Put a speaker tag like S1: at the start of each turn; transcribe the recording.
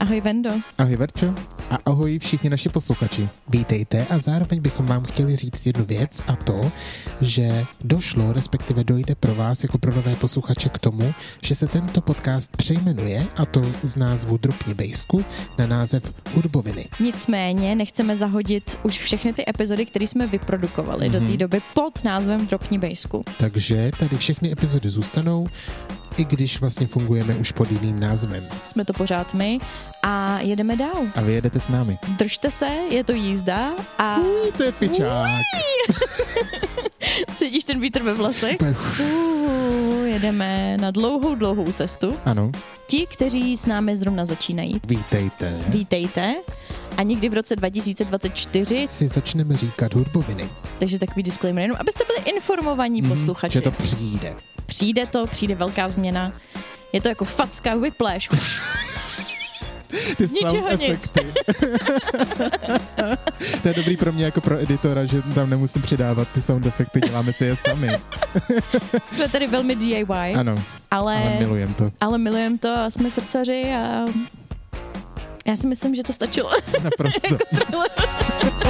S1: Ahoj Vendo.
S2: Ahoj Verčo a ahoj všichni naši posluchači. Vítejte a zároveň bychom vám chtěli říct jednu věc a to, že došlo, respektive dojde pro vás jako pro nové posluchače k tomu, že se tento podcast přejmenuje a to z názvu Drobně Bejsku na název Hudboviny.
S1: Nicméně nechceme zahodit už všechny ty epizody, které jsme vyprodukovali mm-hmm. do
S2: Mhm.
S1: té doby pod názvem Dropní Bejsku.
S2: Takže tady všechny epizody zůstanou, i když vlastně fungujeme už pod jiným názvem.
S1: Jsme to pořád my a jedeme dál.
S2: A vy jedete s námi.
S1: Držte se, je to jízda a...
S2: Uj, to je pičák.
S1: Cítíš ten vítr ve vlasech?
S2: Úplně,
S1: Uh, jedeme na dlouhou, dlouhou cestu.
S2: Ano,
S1: Ti, kteří s námi zrovna začínají,
S2: vítejte.
S1: vítejte. A někdy v roce 2024,
S2: Si začneme říkat hudboviny,
S1: takže takový disclaimer, jenom abyste byli informovaní
S2: Mhm,
S1: posluchači.
S2: že to přijde.
S1: Přijde to, přijde velká změna. Je to jako facka, vypleš.
S2: Ty
S1: Ničeho nic.
S2: sound efekty. to je dobrý pro mě jako pro editora, že tam nemusím přidávat ty sound efekty, děláme si je sami.
S1: Jsme tady velmi DIY,
S2: Ano, ale
S1: ale,
S2: milujem to.
S1: ale milujeme to a jsme srdcaři a já si myslím, že to stačilo.
S2: Naprosto.
S1: jako trailer.